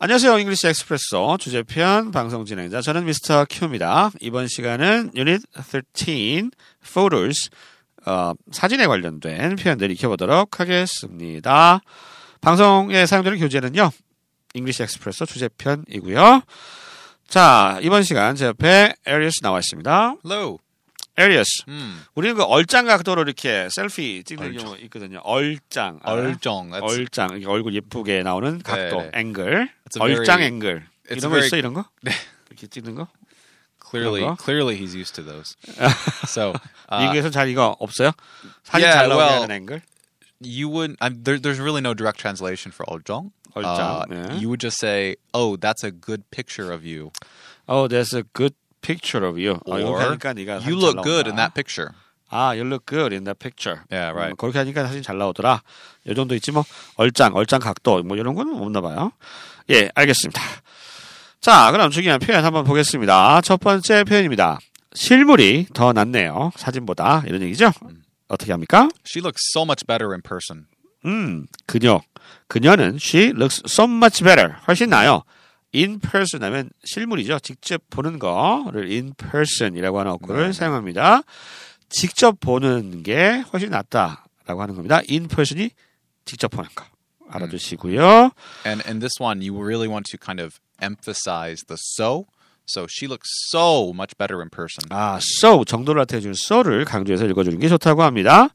안녕하세요. 잉글리시 엑스프레소 주제편 방송 진행자 저는 미스터 큐입니다. 이번 시간은 유닛 13 photos 어, 사진에 관련된 표현들 익혀보도록 하겠습니다. 방송에 사용되는 교재는요. 잉글리시 엑스프레소 주제편이고요. 자, 이번 시간 제 옆에 에리어스 나와 있습니다. Hello. 에리어스. 음. 우리는 그 얼짱 각도로 이렇게 셀피 찍는 얼짱. 경우 있거든요. 얼짱. 알아요? 얼정. That's, 얼짱. 이렇게 얼굴 예쁘게 나오는 각도, 네. 앵글. It's a 얼짱 very- 앵글. it's 이런 a 거 very- 있어 이런 거? 네. 이렇게 찍는 거? clearly, 그런가? clearly he's used to those. so uh, 미국에서 잘 이거 없어요? 사진 yeah, 잘 나오게 well, 하는 앵글? you would. I'm, there, there's really no direct translation for 얼정. 얼정, yeah. You would just say, "Oh, that's a good picture of you," Oh, that's a good picture of you. 어, 이거 or 하니까 네가 사진 "You 잘 look good in 나온다. that picture." 아, you look good in that picture. Yeah, right. 음, 그렇게 하니까 사진 잘 나오더라. 이 정도 있지 뭐 얼짱, 얼짱 각도 뭐 이런 건 없나 봐요. 예, 알겠습니다. 자, 그럼 중요한 표현 한번 보겠습니다. 첫 번째 표현입니다. 실물이 더 낫네요. 사진보다 이런 얘기죠. 음. 어떻게 합니까? She looks so much better in person. 음, 그녀. 그녀는 she looks so much better. 훨씬 나요. in person 하면 실물이죠. 직접 보는 거를 in person이라고 하는 어구를 사용합니다. 직접 보는 게 훨씬 낫다라고 하는 겁니다. in person이 직접 보는 거. 알아두시고요. And in this one, you really want to kind of emphasize the "so." So she looks so much better in person. 아, so 정도를 나타내 주는 so를 강조해서 읽어 주는 게 좋다고 합니다.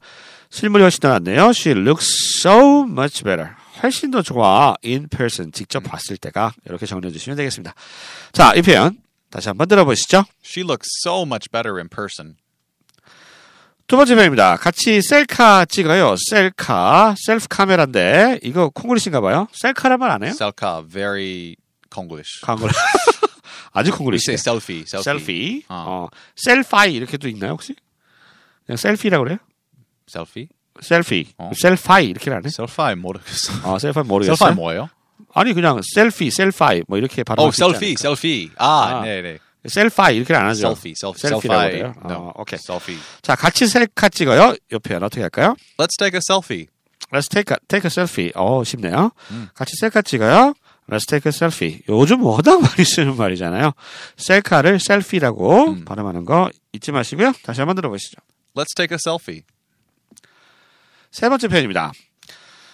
실물이 훨씬 더 낫네요. She looks so much better. 훨씬 더 좋아. In person 직접 봤을 때가 이렇게 정리해 주시면 되겠습니다. 자, 이 표현 다시 한번 들어보시죠. She looks so much better in person. 두 번째 표현입니다. 같이 셀카 찍어요. 셀카, 셀프 카메라인데 이거 콩글리시인가 봐요. 셀카란 말 안 해요? Selka, very Konglish. 강글 아주 We say 콩글리시. selfie. Selfie. 셀피, 어. 어. 셀파이 이렇게도 있나요 혹시? 그냥 셀피라고 그래요? Selfie. 셀피, 어. 셀파이 이렇게는 안 해? Selfie 모르겠어. 아, 셀파이 모르겠어요. 셀파이 뭐예요? 아니 그냥 셀피, 셀파이 뭐 이렇게 발음. 어, 셀피, 셀피. 아. 아, 네, 네. 셀파이 이렇게 안 하죠. 셀피, 셀피, 셀피라고 셀파이. 그래요. No, 어, 오케이. 셀피. 자, 같이 셀카 찍어요. 이 표현 어떻게 할까요? Let's take a selfie. Let's take a, take a selfie. 어, 쉽네요. 음. 같이 셀카 찍어요. Let's take a selfie. 요즘 워낙 많이 쓰는 말이잖아요. 셀카를 셀피라고 발음하는 거 잊지 마시고요. 다시 한번 들어보시죠. Let's take a selfie. 세 번째 표현입니다.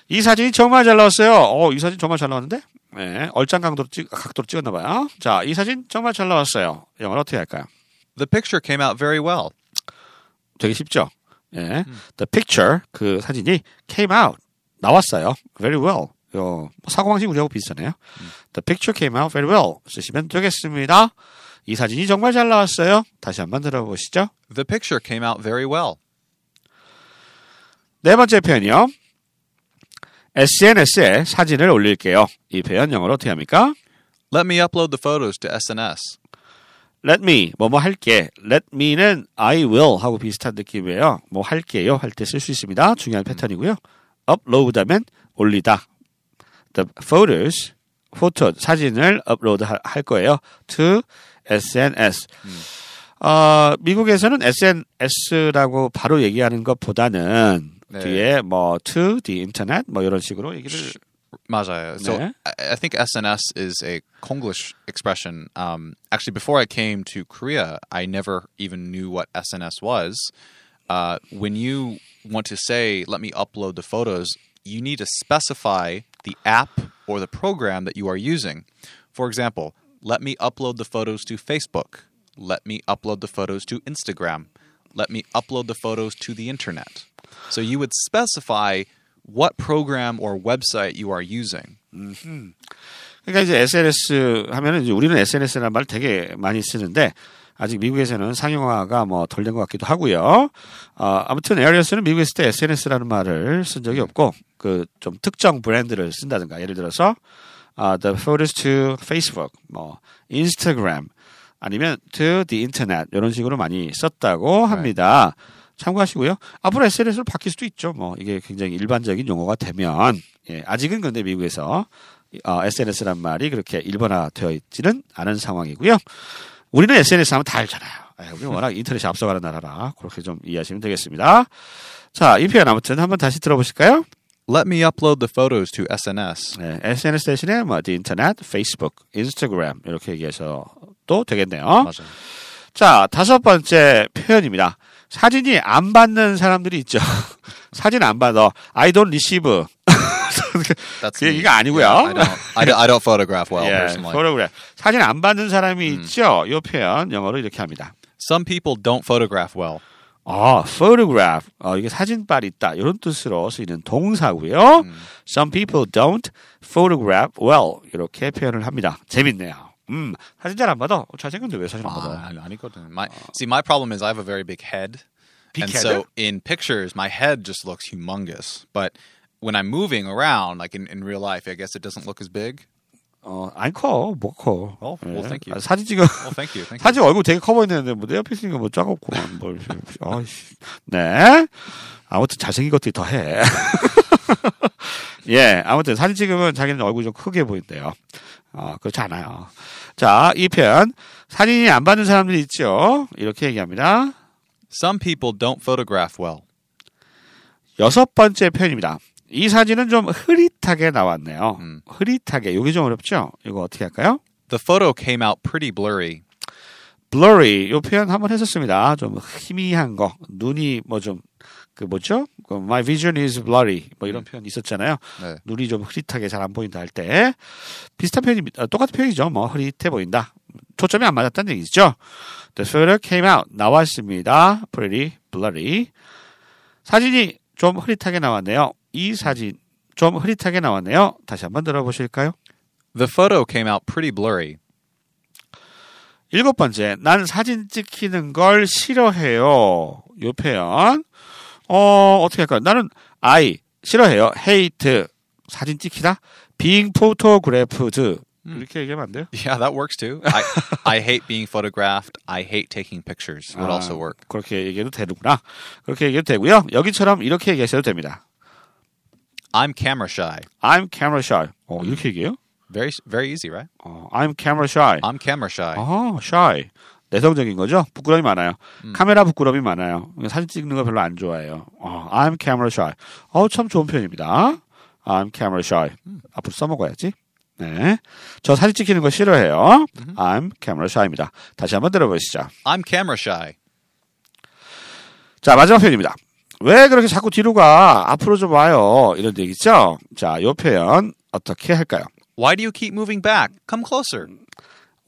이 사진이 정말 잘 나왔어요. 어, 이 사진 정말 잘 나왔는데? 네, 얼짱 강도로 찍, 각도로 찍었나봐요. 자, 이 사진 정말 잘 나왔어요. 영어로 어떻게 할까요? The picture came out very well. 되게 쉽죠. 예. The picture 그 사진이 came out 나왔어요. Very well. 요 사고방식 우리하고 비슷하네요. The picture came out very well 쓰시면 되겠습니다. 이 사진이 정말 잘 나왔어요. 다시 한번 들어보시죠. The picture came out very well. 네 번째 표현이요. SNS에 사진을 올릴게요. 이 표현 영어로 어떻게 합니까? Let me upload the photos to SNS. Let me 뭐뭐 할게. Let me는 I will 하고 비슷한 느낌이에요. 뭐 할게요 할 때 쓸 수 있습니다. 중요한 패턴이고요. upload하면 올리다. The photos 포토 사진을 업로드 하- 할 거예요. to SNS. 어, 미국에서는 SNS라고 바로 얘기하는 것보다는 네. 뒤에 뭐 to the internet 뭐 이런 식으로 얘기를 맞아요. So 네. I, I think SNS is a Konglish expression. Um, actually, before I came to Korea, I never even knew what SNS was. Uh, when you want to say, "Let me upload the photos," you need to specify the app or the program that you are using. For example, "Let me upload the photos to Facebook." "Let me upload the photos to Instagram." "Let me upload the photos to the internet." So you would specify what program or website you are using. 그러니까 이제 SNS 하면은 이제 우리는 SNS라는 말 되게 많이 쓰는데 아직 미국에서는 상용화가 뭐 덜 된 것 같기도 하고요. 어, 아무튼 에어리어스는 미국에 있을 때 SNS라는 말을 쓴 적이 없고 그 좀 특정 브랜드를 쓴다든가 예를 들어서 아, the photos to Facebook, 뭐 Instagram 아니면 to the internet 이런 식으로 많이 썼다고 합니다. 참고하시고요. 앞으로 SNS로 바뀔 수도 있죠. 뭐 이게 굉장히 일반적인 용어가 되면 예, 아직은 근데 미국에서 어, SNS란 말이 그렇게 일본화되어 있지는 않은 상황이고요. 우리는 SNS 하면 다 알잖아요. 에, 우리는 워낙 인터넷이 앞서가는 나라라 그렇게 좀 이해하시면 되겠습니다. 자, 이 표현 아무튼 한번 다시 들어보실까요? Let me upload the photos to SNS. 네, SNS 대신에 뭐 어디 인터넷, 페이스북, 인스타그램 이렇게 얘기해서 또 되겠네요. 맞아요. 자, 다섯 번째 표현입니다. 사진이 안 받는 사람들이 있죠. 사진 안 받아. I don't receive. That's 그게 me. 이거 아니고요. Yeah, I don't, I don't, I don't photograph well 음. personally. 서로 그래. 예, 사진 안 받는 사람이 있죠. 이 표현 영어로 이렇게 합니다. Some people don't photograph well. 아, photograph. 어, 이게 사진빨 있다. 이런 뜻으로 쓰이는 동사고요. 음. Some people don't photograph well. 이렇게 표현을 합니다. 재밌네요. 음, 사진 잘 안 받아. 잘생겼는데 왜 사진 안 받아? 아, 아니거든. My, see, my problem is I have a very big head. Uh, Big and head? so in pictures, my head just looks humongous. But when I'm moving around, like in, in real life, I guess it doesn't look as big. 어, 안 커. 뭐 커. Well, well, 어? thank you. 아, 사진 찍어. Well, thank you. Thank you. 사진 얼굴 되게 커 보이는데 뭐 내 옆에 있으니까 뭐 작았고 뭘 아이씨 네 아무튼 잘생긴 것들이 더해 예 아무튼 사진 찍으면 자기는 얼굴이 좀 크게 보인대요 아 그렇지 않아요 자이편 사진이 안 받는 사람들이 있죠 이렇게 얘기합니다 Some people don't photograph well. 여섯 번째 편입니다 이 사진은 좀 흐릿하게 나왔네요 음. 흐릿하게 이게 좀 어렵죠 이거 어떻게 할까요? The photo came out pretty blurry. blurry 요 표현 한번 했었습니다. 좀 희미한 거 눈이 뭐 좀 그 뭐죠? 그 My vision is blurry 뭐 이런 표현 있었잖아요. 네. 눈이 좀 흐릿하게 잘 안 보인다 할 때 비슷한 표현입니다. 어, 똑같은 표현이죠. 뭐 흐릿해 보인다. 초점이 안 맞았다는 얘기죠. The photo came out 나왔습니다. Pretty blurry 사진이 좀 흐릿하게 나왔네요. 이 사진 좀 흐릿하게 나왔네요. 다시 한번 들어보실까요? The photo came out pretty blurry. 일곱 번째, 난 사진 찍히는 걸 싫어해요. 요 표현. 어, 어떻게 할까요? 나는 I 싫어해요. hate 사진 찍히다. being photographed 이렇게 얘기하면 안 돼요? Yeah, that works too. I, I hate being photographed. I hate taking pictures. Would Ah. also work. 그렇게 얘기해도 되는구나. 그렇게 얘기해도 되고요. 여기처럼 이렇게 얘기하셔도 됩니다. I'm camera shy. I'm camera shy. 어, 이렇게 얘기해요? Very very easy, right? 어, I'm camera shy. I'm camera shy. 어, shy. 내성적인 거죠? 부끄러움이 많아요. 카메라 부끄러움이 많아요. 사진 찍는 거 별로 안 좋아해요. 어, I'm camera shy. 어, 참 좋은 표현입니다. I'm camera shy. 앞으로 써먹어야지. 네. 저 사진 찍히는 거 싫어해요. I'm camera shy입니다. 다시 한번 들어보시죠. I'm camera shy. 자, 마지막 표현입니다. 왜 그렇게 자꾸 뒤로 가? 앞으로 좀 와요. 이런 얘기죠? 자, 요 표현 어떻게 할까요? Why do you keep moving back? Come closer.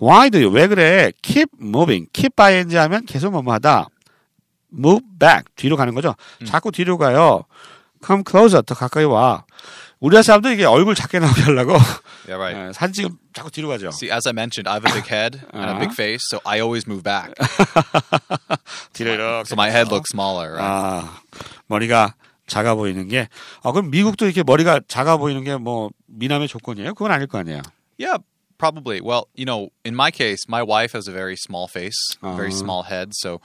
Why do you? 왜 그래? Keep moving. Keep by and 하면 계속 뭐뭐하다. Move back. 뒤로 가는 거죠. 음. 자꾸 뒤로 가요. Come closer. 더 가까이 와. 우리나라 사람들 이게 얼굴 작게 나오게 하려고 Yeah, right. 예, 사진 찍으면 자꾸 뒤로 가죠. See, as I mentioned, I have a big head and a big face, so I always move back. 뒤로 이렇게. So my head looks smaller. Right? 아 머리가 작아 보이는 게. 아 그럼 미국도 이렇게 머리가 작아 보이는 게 뭐 미남의 조건이에요? 그건 아닐 거 아니에요. yeah, probably. Well, you know, in my case, my wife has a very small face, very small head, so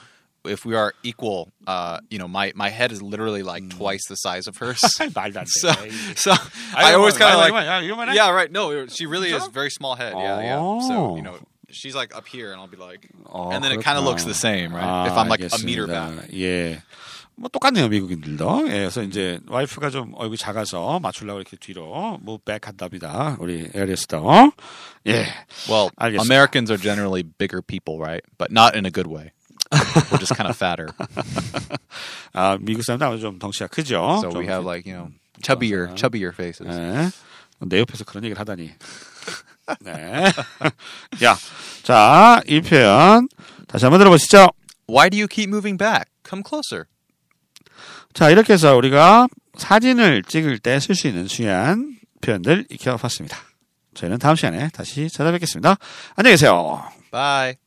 if we are equal, uh, you know, my, my head is literally like twice the size of hers. 말도 안 돼. so so I always kind of like 아, 이거만 Yeah, right. No, she really is very small head. Yeah, yeah. Oh. So you know, she's like up here, and I'll be like, Oh, Ah, and then it kind of 그렇구나. looks the same, right? 아, if I'm like a 알겠습니다. meter back. 예. 뭐 똑같네요, 미국인들도. 예, 그래서 이제 와이프가 좀 얼굴이 작아서 맞추려고 이렇게 뒤로 무백 한답니다. 우리 에리스도. 예. Well, 알겠습니다. Americans are generally bigger people, right? But not in a good way. We're just kind of fatter, 아, 미국 사람들 아무래도 좀 덩치가 크죠. so 좀 we have like you know chubbier, chubbier faces. 네. 내 옆에서 그런 얘기를 하다니. 네. 야. 자, 이 표현 다시 한번 들어보시죠. Why do you keep moving back? Come closer. 자, 이렇게 해서 우리가 사진을 찍을 때 쓸 수 있는 중요한 표현들 익혀봤습니다. 저희는 다음 시간에 다시 찾아뵙겠습니다. 안녕히 계세요. Bye.